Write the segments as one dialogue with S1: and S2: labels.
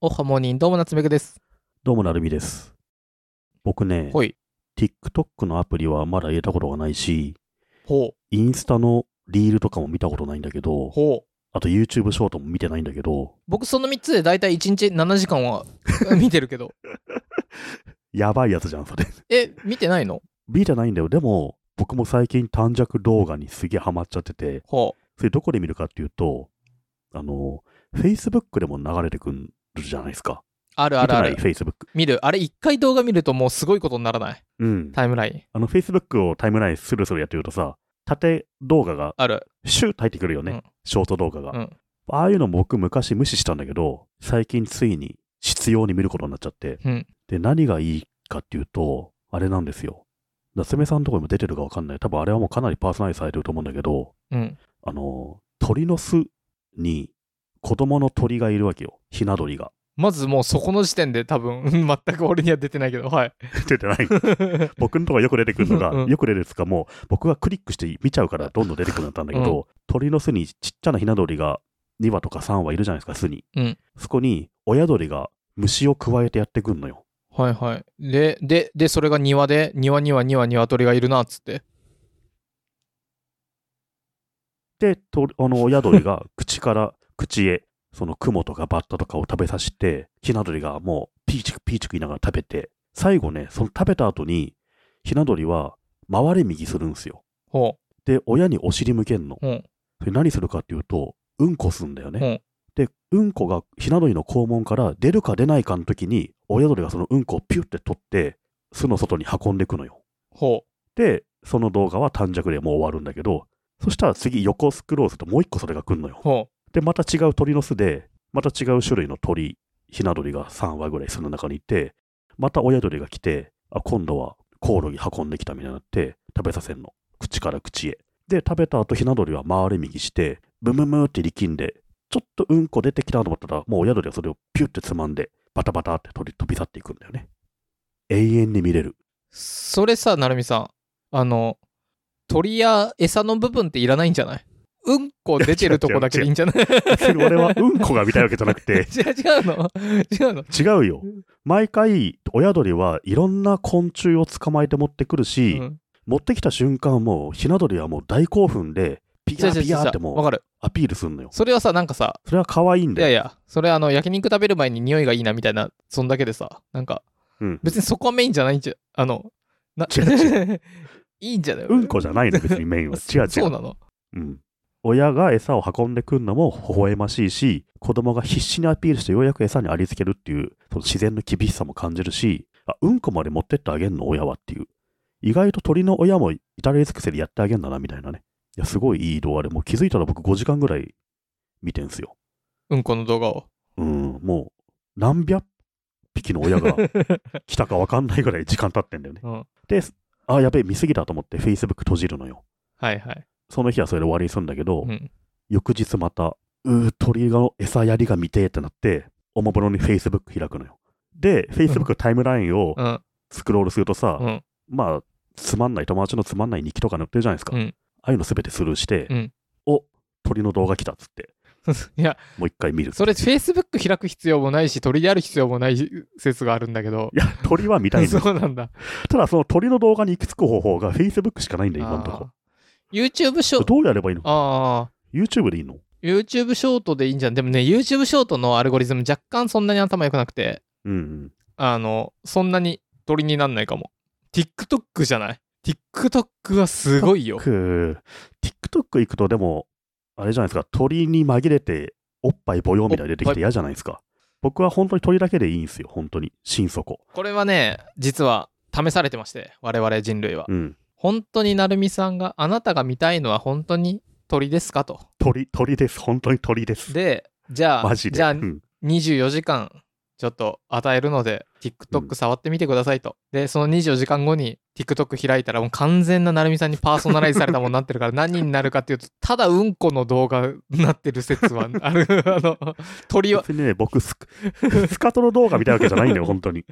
S1: おはモーニン、どうもなつめぐです。
S2: どうも、なるみです。僕ね、
S1: ほい。
S2: TikTok のアプリはまだ入れたことがないし、
S1: ほう。
S2: インスタのリールとかも見たことないんだけど、
S1: ほう。
S2: あと YouTube ショートも見てないんだけど、
S1: 僕、その3つで大体1日7時間は 見てるけど。
S2: やばいやつじゃん、それ。
S1: え、見てないの
S2: 見てないんだよ。でも、僕も最近短尺動画にすげえハマっちゃってて、
S1: ほう。
S2: それどこで見るかっていうと、あの、Facebook でも流れてくるじゃないですか。
S1: あるあるあ
S2: 見
S1: る
S2: て。ない Facebook。
S1: 見る。あれ、1回動画見るともうすごいことにならない。
S2: うん。
S1: タイムライン。
S2: あの、Facebook をタイムラインスルスルやってるとさ、縦動画が
S1: ある。
S2: シュッと入ってくるよね。
S1: うん
S2: ショート動画が。
S1: うん
S2: ああいうの僕昔無視したんだけど、最近ついに必要に見ることになっちゃって。
S1: うん
S2: で、何がいいかっていうと、あれなんですよ。夏目さんのとこにも出てるかわかんない。多分あれはもうかなりパーソナリティされてると思うんだけど、
S1: うん。
S2: あの、鳥の巣に子供の鳥がいるわけよ。ひな鳥が。
S1: まずもうそこの時点で多分、 うん全く俺には出てないけど、はい。
S2: 出てない。僕のとこよく出てくるのが、
S1: うん
S2: よく出るやつかもう、僕がクリックして見ちゃうからどんどん出てくるようになったんだけど、鳥の巣にちっちゃなヒナ鳥が2羽とか3羽いるじゃないですか、巣に。
S1: うん
S2: そこに親鳥が虫をくわえてやってくんのよ。
S1: はいはい。で、で、で、それが庭で、庭には2羽鶏がいるな、っつって。
S2: で、とあの親 鳥が口から口へ、そのクモとかバッタとかを食べさせて、ヒナ鳥がもうピーチクピーチク言いながら食べて、最後ね、その食べた後に、ヒナ鳥は回れ右するんですよ。
S1: ほ
S2: で、親にお尻向けんの。
S1: う。うん。
S2: それ何するかっていうと、うんこすんだよね。で、うんこがひな鳥の肛門から出るか出ないかの時に、親鳥がそのうんこをピュって取って、巣の外に運んでいくのよ。
S1: ほ
S2: で、その動画は短尺でもう終わるんだけど、そしたら次横スクロールするともう一個それが来んの
S1: う。
S2: よ。
S1: ほ
S2: で、また違う鳥の巣で、また違う種類の鳥、ひな鳥が3羽ぐらい巣の中にいて、また親鳥が来て、あ、今度はコオロギ運んできたみたいになって、食べさせんの。口から口へ。で、食べた後、ひな鳥は回り右して、ブムムって力んで、ちょっとうんこ出てきたと思ったら、もう親鳥はそれをピュッてつまんで、バタバタって鳥飛び去っていくんだよね。永遠に見れる。
S1: う。それさ、なるみさん。あの、鳥や餌の部分っていらないんじゃないうんこ出てるとこだけでいいんじゃない
S2: それ俺はうんこが見たいわけじゃなくて、
S1: 違う違うの違うの
S2: 違うよ。毎回、親鳥はいろんな昆虫を捕まえて持ってくるし、
S1: うん
S2: 持ってきた瞬間もうひな鳥はもう大興奮でピ
S1: 違う
S2: ヤ
S1: 違う
S2: ピヤって
S1: 違うわ
S2: もう
S1: かる
S2: アピールするのよ
S1: それはさなんかさ
S2: それは可愛いん
S1: い
S2: だ
S1: や
S2: よ
S1: いやそれあの焼肉食べる前に匂いがいいなみたいなそんだけでさなんか
S2: うん
S1: 別にそこはメインじゃないんじゃあのな
S2: 違う
S1: いいんじゃない
S2: うんこじゃないの別にメインは違う違
S1: そう
S2: う、
S1: なの
S2: うん、親が餌を運んでくるのも微笑ましいし子供が必死にアピールしてようやく餌にありつけるっていうその自然の厳しさも感じるしあうんこまで持ってってあげんの親はっていう意外と鳥の親も至れり尽くせりやってあげんだなみたいなねいやすごいいい動画でもう気づいたら僕5時間ぐらい見てんすよ
S1: うんこの動画を
S2: うん、もう何百匹の親が来たか分かんないぐらい時間経ってんだよね。
S1: うん
S2: で、あ、やべえ、見すぎたと思って Facebook 閉じるのよ。
S1: はいはい
S2: その日はそれで終わりにするんだけど、
S1: うん
S2: 翌日また、うー、鳥の餌やりが見てーってなって、おもむろに Facebook 開くのよ。で、Facebook タイムラインを
S1: うん
S2: スクロールするとさ、
S1: うん
S2: まあ、つまんない友達のつまんない日記とか載ってるじゃないですか。
S1: うん
S2: ああいうのすべてスルーして、
S1: うん
S2: お鳥の動画来たっつって、
S1: いや
S2: もう一回見る。
S1: それ Facebook 開く必要もないし鳥である必要もない説があるんだけど
S2: いや、鳥は見たいのよ
S1: そうなんだ
S2: ただその鳥の動画に行き着く方法が Facebook しかないんだよ、今のとこ。
S1: あー YouTube ショート
S2: どうやればいいの
S1: ああ
S2: ?YouTube でいいの
S1: YouTube ショートでいいんじゃん。でもね、YouTube ショートのアルゴリズム若干そんなに頭良くなくて、
S2: うんうん。
S1: あの、そんなに鳥になんないかも。TikTok じゃない ?TikTok はすごいよ。
S2: く TikTok 行くとでも、あれじゃないですか、鳥に紛れておっぱいぼよみたいに出てきて嫌じゃないですか。僕は本当に鳥だけでいいんですよ、本当に。心底。
S1: これはね、実は試されてまして、我々人類は。
S2: うん。
S1: 本当になるみさんが、あなたが見たいのは本当に鳥ですかと。
S2: 鳥、鳥です。本当に鳥です。
S1: で、じゃあ、
S2: マジで。
S1: じゃあ
S2: うん
S1: 24時間ちょっと与えるので
S2: う
S1: TikTok
S2: ん
S1: 触ってみてくださいと、でその24時間後に TikTok 開いたらもう完全な成美さんにパーソナライズされたものになってるから 何になるかっていうとただうんこの動画になってる説はある あの鳥は
S2: 別にね、僕スク、 スカトロ動画見たいわけじゃないんだよ、本当に。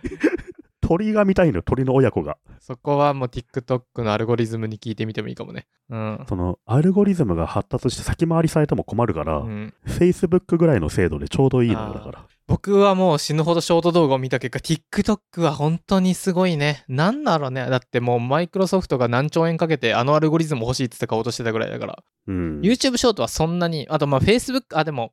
S2: 鳥が見たいのよ、鳥の親子が。
S1: そこはもう TikTok のアルゴリズムに聞いてみてもいいかもねうん、
S2: その、アルゴリズムが発達して先回りされても困るから、
S1: うん、
S2: Facebook ぐらいの精度でちょうどいいのよだから。
S1: 僕はもう死ぬほどショート動画を見た結果、TikTok は本当にすごいね。なんだろうね。だってもうマイクロソフトが何兆円かけてあのアルゴリズム欲しいって言って買おうとしてたぐらいだから。
S2: うん。
S1: YouTube ショートはそんなに、あとまあ Facebook、あ、でも、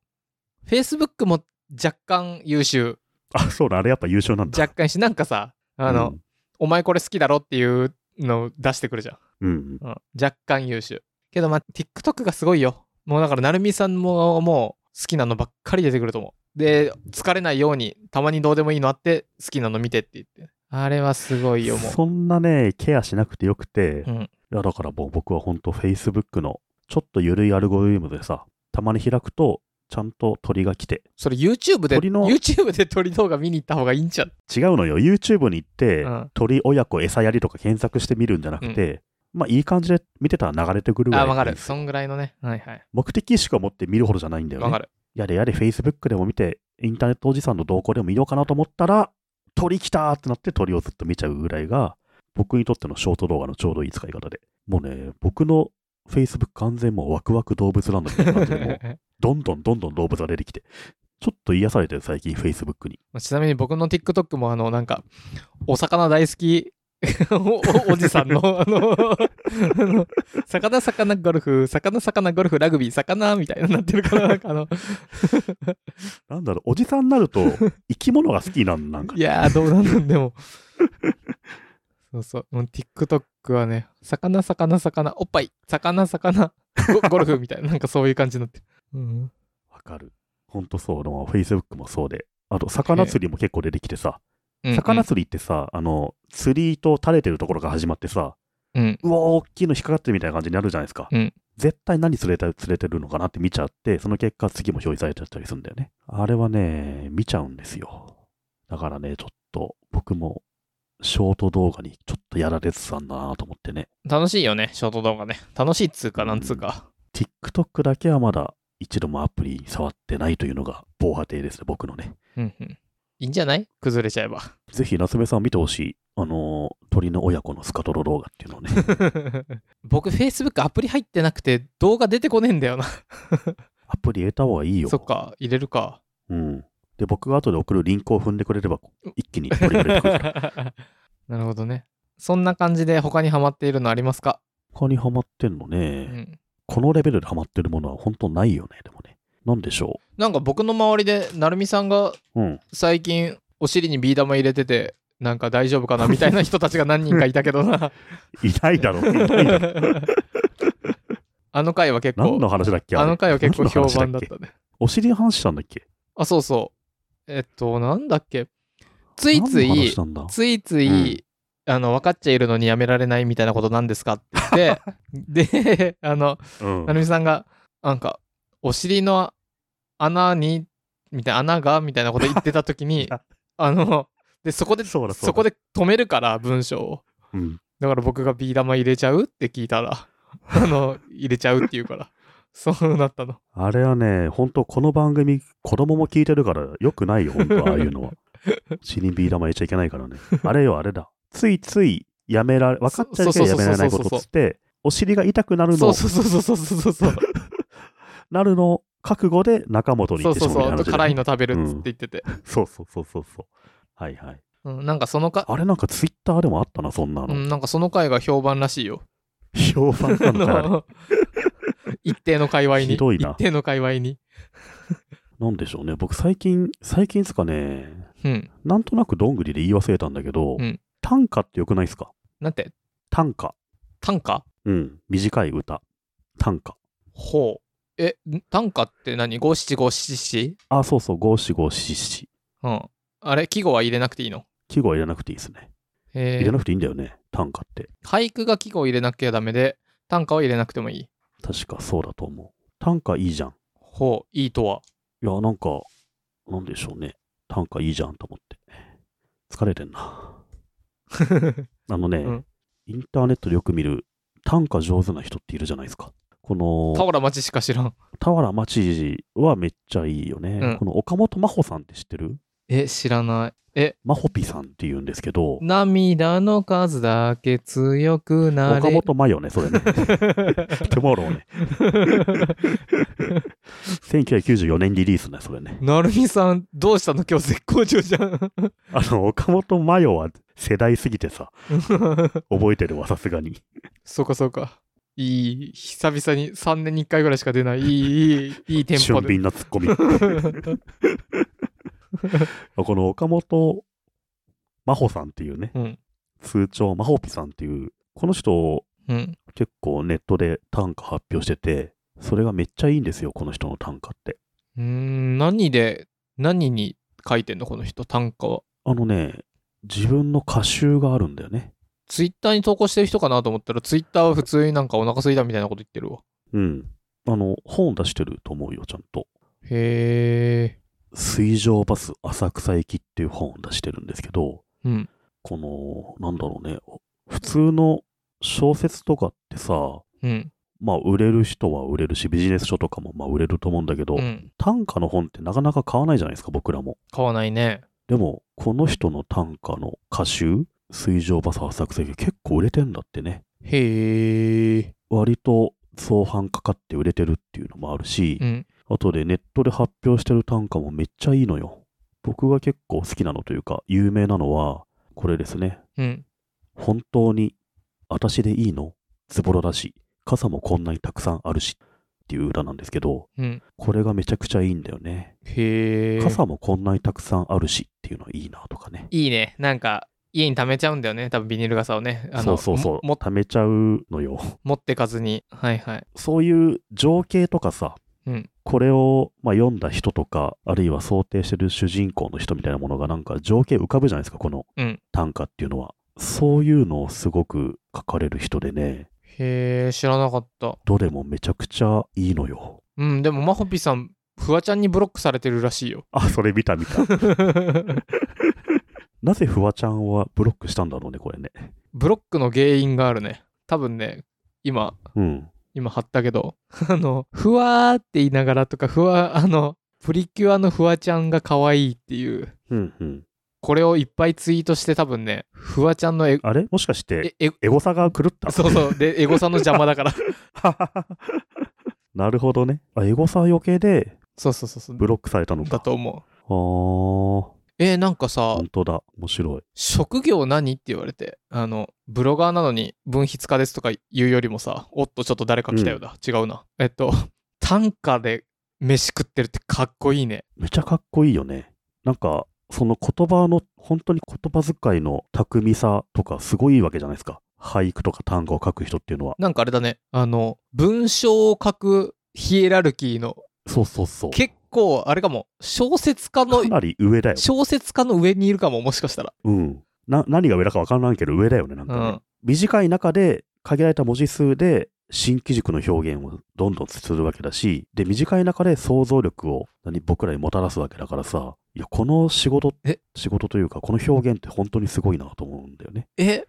S1: Facebook も若干優秀。
S2: あ、そうだ、あれやっぱ優勝なんだ。
S1: 若干し、なんかさ、あの、お前これ好きだろっていうのを出してくるじゃん。
S2: うん、うん。
S1: うん、若干優秀。けどまあ TikTok がすごいよ。もうだから成美さんももう好きなのばっかり出てくると思う。で、疲れないようにたまにどうでもいいのあって好きなの見てって言って。あれはすごいよ、もう。
S2: そんなね、ケアしなくてよくて、
S1: うん
S2: いやだからもう僕は本当 Facebook のちょっと緩いアルゴリズムでさ、たまに開くと、ちゃんと鳥が来て、
S1: それ YouTube で、
S2: 鳥の
S1: YouTube で鳥動画見に行った方がいいんじゃん。
S2: 違うのよ、YouTube に行って、
S1: うん
S2: 鳥親子餌やりとか検索してみるんじゃなくて、まあいい感じで見てたら流れてくるぐら
S1: あ、
S2: い
S1: わか
S2: がいいん
S1: る。
S2: です
S1: そ
S2: よ
S1: んぐらいのね。はいはい。
S2: 目的意識を持って見るほどじゃないんだよ
S1: わか
S2: ね。
S1: る。
S2: やれやれ Facebook でも見て、インターネットおじさんの動向でも見ようかなと思ったら、鳥来たーってなって鳥をずっと見ちゃうぐらいが、僕にとってのショート動画のちょうどいい使い方で。もうね、僕の Facebook 完全もうワクワク動物ランドみたいな 感じ で、もうどんどんどんどん動物が出てきて、ちょっと癒されてる最近 Facebook に。
S1: ちなみに僕の TikTok もあのなんかお魚大好き おおおじさんのあの あの魚魚ゴルフ魚魚ゴルフラグビー魚みたいになってるからなんかあの
S2: なんだろう、おじさんになると生き物が好きなんなんか
S1: いやーどうなんなんでもそうそうもう TikTok はね魚魚魚おっぱい魚魚ゴ ゴルフみたいななんかそういう感じになってる、うん、
S2: わかる。ほんとそう、でも Facebook もそうで。あと、魚釣りも結構出てきてさ、魚釣りってさ、あの、釣りと垂れてるところが始まってさ、
S1: うんうん
S2: うわー、大きいの引っかかってるみたいな感じになるじゃないですか。
S1: うん
S2: 絶対何釣れた釣れてるのかなって見ちゃって、その結果、次も表示されちゃったりするんだよね。あれはね、見ちゃうんですよ。だからね、ちょっと、僕も、ショート動画にちょっとやられてたんだなと思ってね。
S1: 楽しいよねショート動画ね楽しいっつうかなんつうか
S2: TikTok だけはまだ一度もアプリに触ってないというのが防波堤ですね、僕のね。
S1: うんうんいいんじゃない崩れちゃえば
S2: ぜひ夏目さん見てほしい、あのー鳥の親子のスカトロ動画っていうの をね。
S1: 僕 Facebook アプリ入ってなくて動画出てこねえんだよな
S2: アプリ入れた方がいいよ。
S1: そっか入れる か
S2: うん。で、僕が後で送るリンクを踏んでくれれば、一気に鳥が出てくるから。
S1: なるほどねそんな感じで他にハマっているのありますか、
S2: 他にハマってんの
S1: う
S2: ね、
S1: ん、
S2: このレベルでハマってるものは本当ないよね、でもね。なんでしょ
S1: なんか僕の周りで成美さんが
S2: う。うん。
S1: 最近お尻にビー玉入れててなんか大丈夫かなみたいな人たちが何人かいたけど な
S2: いないだろう。いない だろう。
S1: あの回は結
S2: 何
S1: 構
S2: の話だっけ
S1: あの回は結構評判だっ。
S2: れ何の話
S1: たね
S2: けお尻の話したんだっけ
S1: あそうそうえっとなんだっけついつ
S2: 何の話
S1: い
S2: したんだ
S1: ついつい、あの分かっちゃいるのにやめられないみたいなことなんですかって言 ってであの
S2: うん
S1: 成美さんがなんかお尻の穴にみたいな穴がみたいなこと言ってた時 にあのでそこで
S2: そうだそうだ
S1: そこで止めるから文章を
S2: うん。
S1: だから僕がビー玉入れちゃうって聞いた らあの入れちゃうって言うからそうな ったの
S2: あれはね、本当この番組、子供も聞いてるから、よくないよ、本当ああいう のは。死にビー玉入れちゃいけないからね。あれよ、あれだ。ついつい、やめられ、分かっちゃいけないやめられないことっつって、お尻が痛くなるの
S1: そう
S2: を、
S1: そうそうそうそうそうそ う
S2: なるのを覚悟で中本に
S1: そ
S2: 行っ
S1: う
S2: て
S1: そ
S2: し
S1: う
S2: まう
S1: そ
S2: み
S1: うあと
S2: たいな話だ
S1: 辛い
S2: よね
S1: の食べるっつって言ってて、
S2: そうそうそうそうそう。はいはい。
S1: うんなんかそのか、
S2: あれなんかツイッターでもあったな、そんな
S1: う
S2: の。
S1: ん、なんかその回が評判らしいよ
S2: 評判 なのかあれ。
S1: 一定の界隈に
S2: ひどいな
S1: 一定の界隈に
S2: なんでしょうね。僕最近、最近ですかね、
S1: うん
S2: なんとなくどんぐりで言い忘れたんだけど
S1: うん、
S2: 短歌ってよくないですか
S1: なんて
S2: 短歌。
S1: 短歌
S2: うん。短い歌。短歌。
S1: ほうえん短歌って何五七五七七
S2: あ、そうそう、五七五七七。
S1: うんあれ季語は入れなくていいの
S2: 季語は入れなくていいですね。
S1: え
S2: 入れ
S1: ー
S2: なくていいんだよね、短歌って。
S1: 俳句が季語を入れなきゃダメで短歌は入れなくてもいい
S2: 確かそうだと思う。短歌いいじゃん。
S1: ほういいとはい
S2: や、なんか、なんでしょうね。短歌いいじゃんと思って。疲れてんな。 あのね、
S1: うん
S2: インターネットでよく見る短歌上手な人っているじゃないですか。この、
S1: 俵町しか知らん
S2: 俵町はめっちゃいいよね。
S1: うん
S2: この岡本真帆さんって知ってる
S1: え、知らない。え、
S2: マホピさんって言うんですけど、
S1: 涙の数だけ強くな
S2: 岡
S1: れ。
S2: 本真よね、それね。トゥモローね。1994年リリースね、それね。
S1: なるみさん、どうしたの今日絶好調じゃん。
S2: あの、岡本真よは世代すぎてさ、覚えてるわ、さすがに。
S1: そうかそうか。いい、久々に3年に1回ぐらいしか出ない、いい、いい、いいテンポ
S2: 俊
S1: で。
S2: 敏なツッコ ミ。この岡本真帆さんっていうね、
S1: うん。
S2: 通帳真帆ピさんっていう、この人、
S1: うん。
S2: 結構ネットで短歌発表してて、それがめっちゃいいんですよ、この人の短歌って。
S1: うーん、何で、何に書いてんのこの人、短歌は。
S2: あのね、自分の歌集があるんだよね。
S1: ツイッターに投稿してる人かなと思ったら、ツイッターは普通になんかお腹すいたみたいなこと言ってるわ。
S2: うん。あの、本出してると思うよ、ちゃんと。
S1: へえ。
S2: 水上バス浅草行きっていう本を出してるんですけど、
S1: うん。
S2: この、なんだろうね、普通の小説とかってさ、
S1: うん。
S2: まあ、売れる人は売れるし、ビジネス書とかもまあ売れると思うんだけ
S1: う
S2: ど、
S1: ん。
S2: 短歌の本ってなかなか買わないじゃないですか、僕らも。
S1: 買わないね。
S2: でも、この人の短歌の歌集、水上バス浅草行き、結構売れてんだってね。
S1: へえ。
S2: 割と相反かかって売れてるっていうのもあるし、
S1: うん。
S2: あとでネットで発表してる短歌もめっちゃいいのよ。僕が結構好きなのというか、有名なのは、これですね。
S1: うん。
S2: 本当に、私でいいのズボラだし、傘もこんなにたくさんあるしっていう歌なんですけど、
S1: うん。
S2: これがめちゃくちゃいいんだよね。
S1: へえ。
S2: 傘もこんなにたくさんあるしっていうのはいいなとかね。
S1: いいね。なんか、家に貯めちゃうんだよね。多分ビニール傘をね。あ
S2: そう
S1: の
S2: そうそう。
S1: もも
S2: 貯めちゃうのよ。
S1: 持ってかずに。はいはい。
S2: そういう情景とかさ、
S1: うん
S2: これを、まあ、読んだ人とか、あるいは想定してる主人公の人みたいなものが、なんか情景浮かぶじゃないですか、この
S1: うん
S2: 短歌っていうのは。そういうのをすごく書かれる人でね、
S1: へえ、知らなかった。
S2: どれもめちゃくちゃいいのよ。
S1: うん、でも、まほぴさん、フワちゃんにブロックされてるらしい よ。
S2: あ、それ見た見 た。なぜフワちゃんはブロックしたんだろうね、これね。
S1: ブロックの原因があるね。多分ね、今、
S2: うん。
S1: 今貼ったけど、あの、ふわーって言いながらとか、ふわ、あの、プリキュアのフワちゃんが可愛いっていう、
S2: うんうん。
S1: これをいっぱいツイートして多分ね、フワちゃんのエ
S2: あれもしかして、
S1: えエ
S2: エゴサが狂った
S1: そうそう、で、エゴさんの邪魔だから。
S2: なるほどね。あ、エゴサ余計で
S1: そうそうそうそう
S2: ブ、ロックされたのか。
S1: だと思う。
S2: あー、
S1: えーなんかさ、
S2: 本当だ。面白い。
S1: 職業何って言われて、あの、ブロガーなのに文筆家ですとか言うよりもさ、おっとちょっと誰か来たようだ。違うな。えっと、短歌で飯食ってるってかっこいいね。
S2: めちゃかっこいいよね。なんか、その言葉の、本当に言葉遣いの巧みさとか、すごいいいわけじゃないですか。俳句とか単語を書く人っていうのは。
S1: なんかあれだね、あの、文章を書くヒエラルキーの、
S2: そうそうそう。
S1: 結構、あれかも、小説家の
S2: か、なり上だよ。
S1: 小説家の上にいるかも、もしかしたら。
S2: うん。な、何が上だか分からんけど、上だよね、なんかね。
S1: うん
S2: 短い中で、限られた文字数で、新機軸の表現をどんどんするわけだし、で、短い中で想像力を何僕らにもたらすわけだからさ、いや、この仕事
S1: え、
S2: 仕事というか、この表現って本当にすごいなと思うんだよね。
S1: え、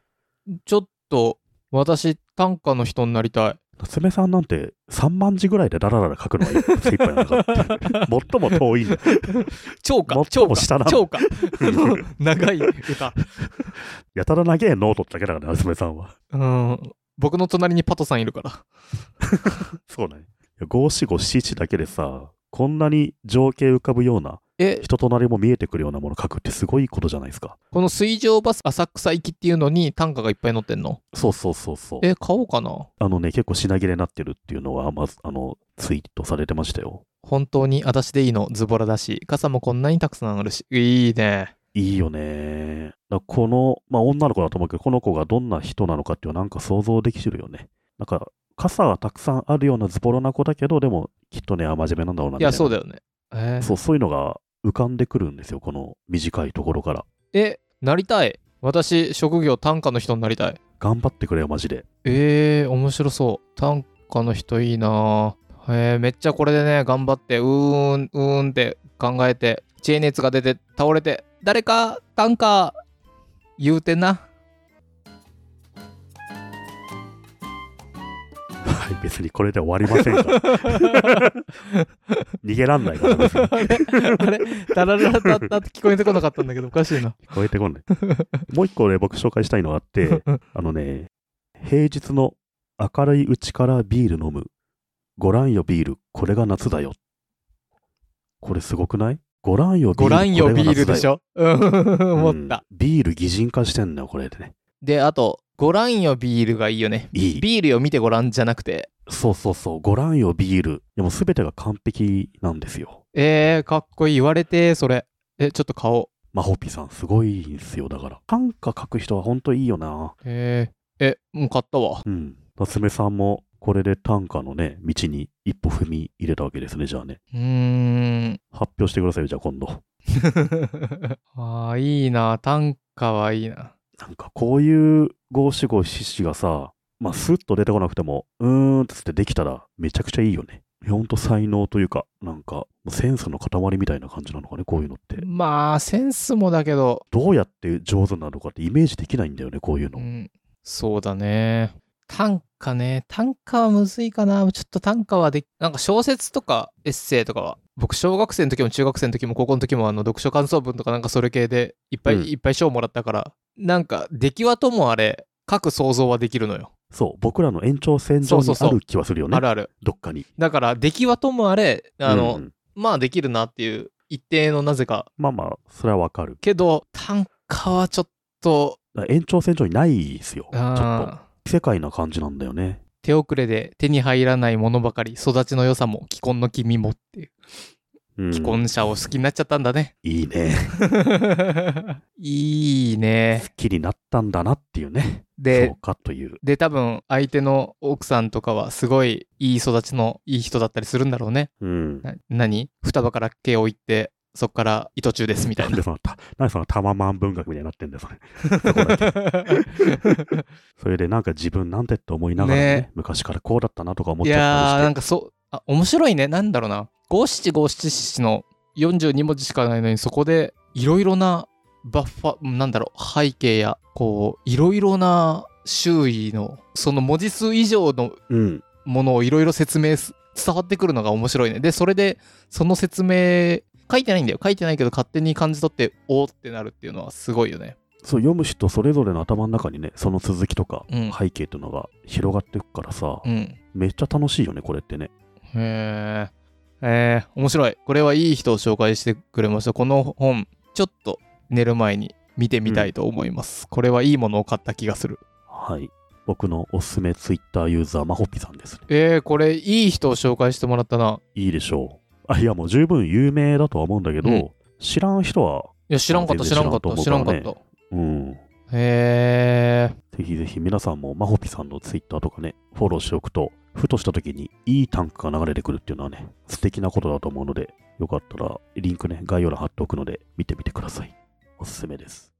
S1: ちょっと、私、短歌の人になりたい。
S2: 夏目さんなんて3万字ぐらいでダラダラ書くのが精一杯なん だから最も遠いんだ
S1: 超歌、
S2: 最
S1: 超
S2: も下
S1: 歌
S2: な、
S1: 超 歌。あの長い歌。
S2: やたら長えノートってだけだからね夏目さんは
S1: うん。僕の隣にパトさんいるから。
S2: そうね五七五七七だけでさこんなに情景浮かぶような
S1: え、
S2: 人となりも見えてくるようなもの書くってすごいことじゃないですか
S1: この水上バス浅草行きっていうのに単価がいっぱい載ってんの
S2: そうそうそうそう
S1: え、買おうかな
S2: あのね結構品切れになってるっていうのはまずあのツイートされてましたよ
S1: 本当に私でいいのズボラだし、傘もこんなにたくさんあるし。いいね。
S2: いいよねだからこの、まあ、女の子だと思うけどこの子がどんな人なのかっていうのはなんか想像できるよねなんか傘はたくさんあるようなズボラな子だけどでもきっとねあ真面目なんだろうない
S1: や、そう
S2: だ
S1: だよね。えー
S2: そうそういうのが浮かんでくるんですよこの短いところから
S1: え、なりたい。私、職業単価の人になりたい。
S2: 頑張ってくれよマジで
S1: えー、面白そう。単価の人いいなえー、めっちゃこれでね、頑張って、うーん、うーんって考えて、知恵熱が出て倒れて、誰か単価言うて な。
S2: はい別にこれで終わりませんから。 逃げらんないから別に、
S1: あれあれダラララダッダって聞こえてこなかったんだけど、おかしいな。
S2: 超えてこない。 もう一個ね、僕紹介したいのがあって、あのね、平日の明るいうちからビール飲む。ご覧よビール、これが夏だよ。これすごくないご覧よビール。
S1: ご覧よ、ビールでし
S2: ょ。
S1: ょ。うん、思った。
S2: ビール擬人化してんだよ、これでね。
S1: で、あと、ご覧よ、ビールがいいよね。
S2: いい。
S1: ビールを見てご覧じゃなくて、
S2: そうそうそう、ご覧よビール。でも全てが完璧なんですよ。
S1: えー、かっこいい。言われて、それ。え、ちょっと顔。
S2: マホピさん、すごいんすよ。だから、短歌書く人は本当いいよな。
S1: えー、え、もう買ったわ。
S2: うん。夏目さんも、これで短歌のね、道に一歩踏み入れたわけですね、じゃあね。
S1: うーん。
S2: 発表してくださいよ、じゃあ今度。
S1: ああ、いいな。短歌はいいな。
S2: なんかこういう五七五七七がさ、まあ、スッと出てこなくても、うーんっつってできたら、めちゃくちゃいいよね。ほんと才能というか、なんか、もうセンスの塊みたいな感じなのかね、こういうのって。
S1: まあ、センスもだけど、
S2: どうやって上手になるのかってイメージできないんだよね、こういう
S1: う
S2: の。
S1: ん、そうだね。短歌ね。短歌はむずいかな。ちょっと短歌はでき、なんか小説とかエッセイとかは、僕、小学生の時も中学生の時も高校の時も、あの、読書感想文とかなんかそれ系で、いっぱい、
S2: うん
S1: いっぱい賞もらったから、なんか、出来はともあれ、書く想像はできるのよ。
S2: そう、僕らの延長線上
S1: そ
S2: に
S1: うそう
S2: あ
S1: そう
S2: る気はするよね。
S1: あるある。
S2: どっかに。
S1: だから、出来はともあれ、あの、
S2: うんうん
S1: まあ、できるなっていう、一定のなぜか
S2: まあまあ、それはわかる。
S1: けど短歌はちょっと
S2: だから延長線上にないですよ。ちょっと。
S1: あー
S2: 異世界な感じなんだよね。
S1: 手遅れで手に入らないものばかり育ちの良さも既婚の君もっていう
S2: うん、
S1: 既婚者を好きになっちゃったんだね
S2: いいね。
S1: いいね
S2: 好きになったんだなっていうね。そ
S1: で
S2: うかという。
S1: で多分相手の奥さんとかはすごいいい育ちのいい人だったりするんだろうね
S2: うん。
S1: な何双葉から毛を置いてそっから糸中ですみた
S2: ないんで
S1: な
S2: その、たなんでそのタワマン文学みたいになってんだよ、それ。そこだけそれでなんか自分なんてって思いながらね、
S1: ね
S2: 昔からこうだったなとか思っ
S1: い
S2: ち
S1: や
S2: ゃ
S1: ー
S2: った
S1: な
S2: り
S1: ん
S2: して。
S1: かそうあ面白いねなんだろうな五七五七七の42文字しかないのにそこでいろいろなバッファなんだろう背景やこういろいろな周囲のその文字数以上の
S2: うん。
S1: ものをいろいろ説明す伝わってくるのが面白いねでそれでその説明書いてないんだよ書いてないけど勝手に感じ取っておーってなるっていうのはすごいよね
S2: そう、読む人それぞれの頭の中にね、その続きとか
S1: うん
S2: 背景というのが広がっていくからさ、
S1: うん
S2: めっちゃ楽しいよね、これってね。
S1: へえ。えー、面白い。これはいい人を紹介してくれました。この本、ちょっと寝る前に見てみたいと思います。これはいいものを買った気がする。
S2: はい。僕のおすすめツイッターユーザー、まほぴさんですね。
S1: えー、これいい人を紹介してもらったな。
S2: いいでしょう。あ、いや、もう十分有名だとは思うんだけど、
S1: うん
S2: 知らん人は、
S1: いや、知らんかった、
S2: 全
S1: 知らんかった、
S2: 然
S1: 知
S2: 知
S1: ら
S2: ら
S1: ん
S2: ん
S1: か
S2: と
S1: っ
S2: 思うから
S1: た。
S2: ねうん。
S1: へえ。
S2: ぜひぜひ皆さんも、まほぴさんのツイッターとかね、フォローしておくと、ふとした時にいいタンクが流れてくるっていうのはね、素敵なことだと思うので、よかったら、リンクね、概要欄貼っておくので、見てみてください。おすすめです。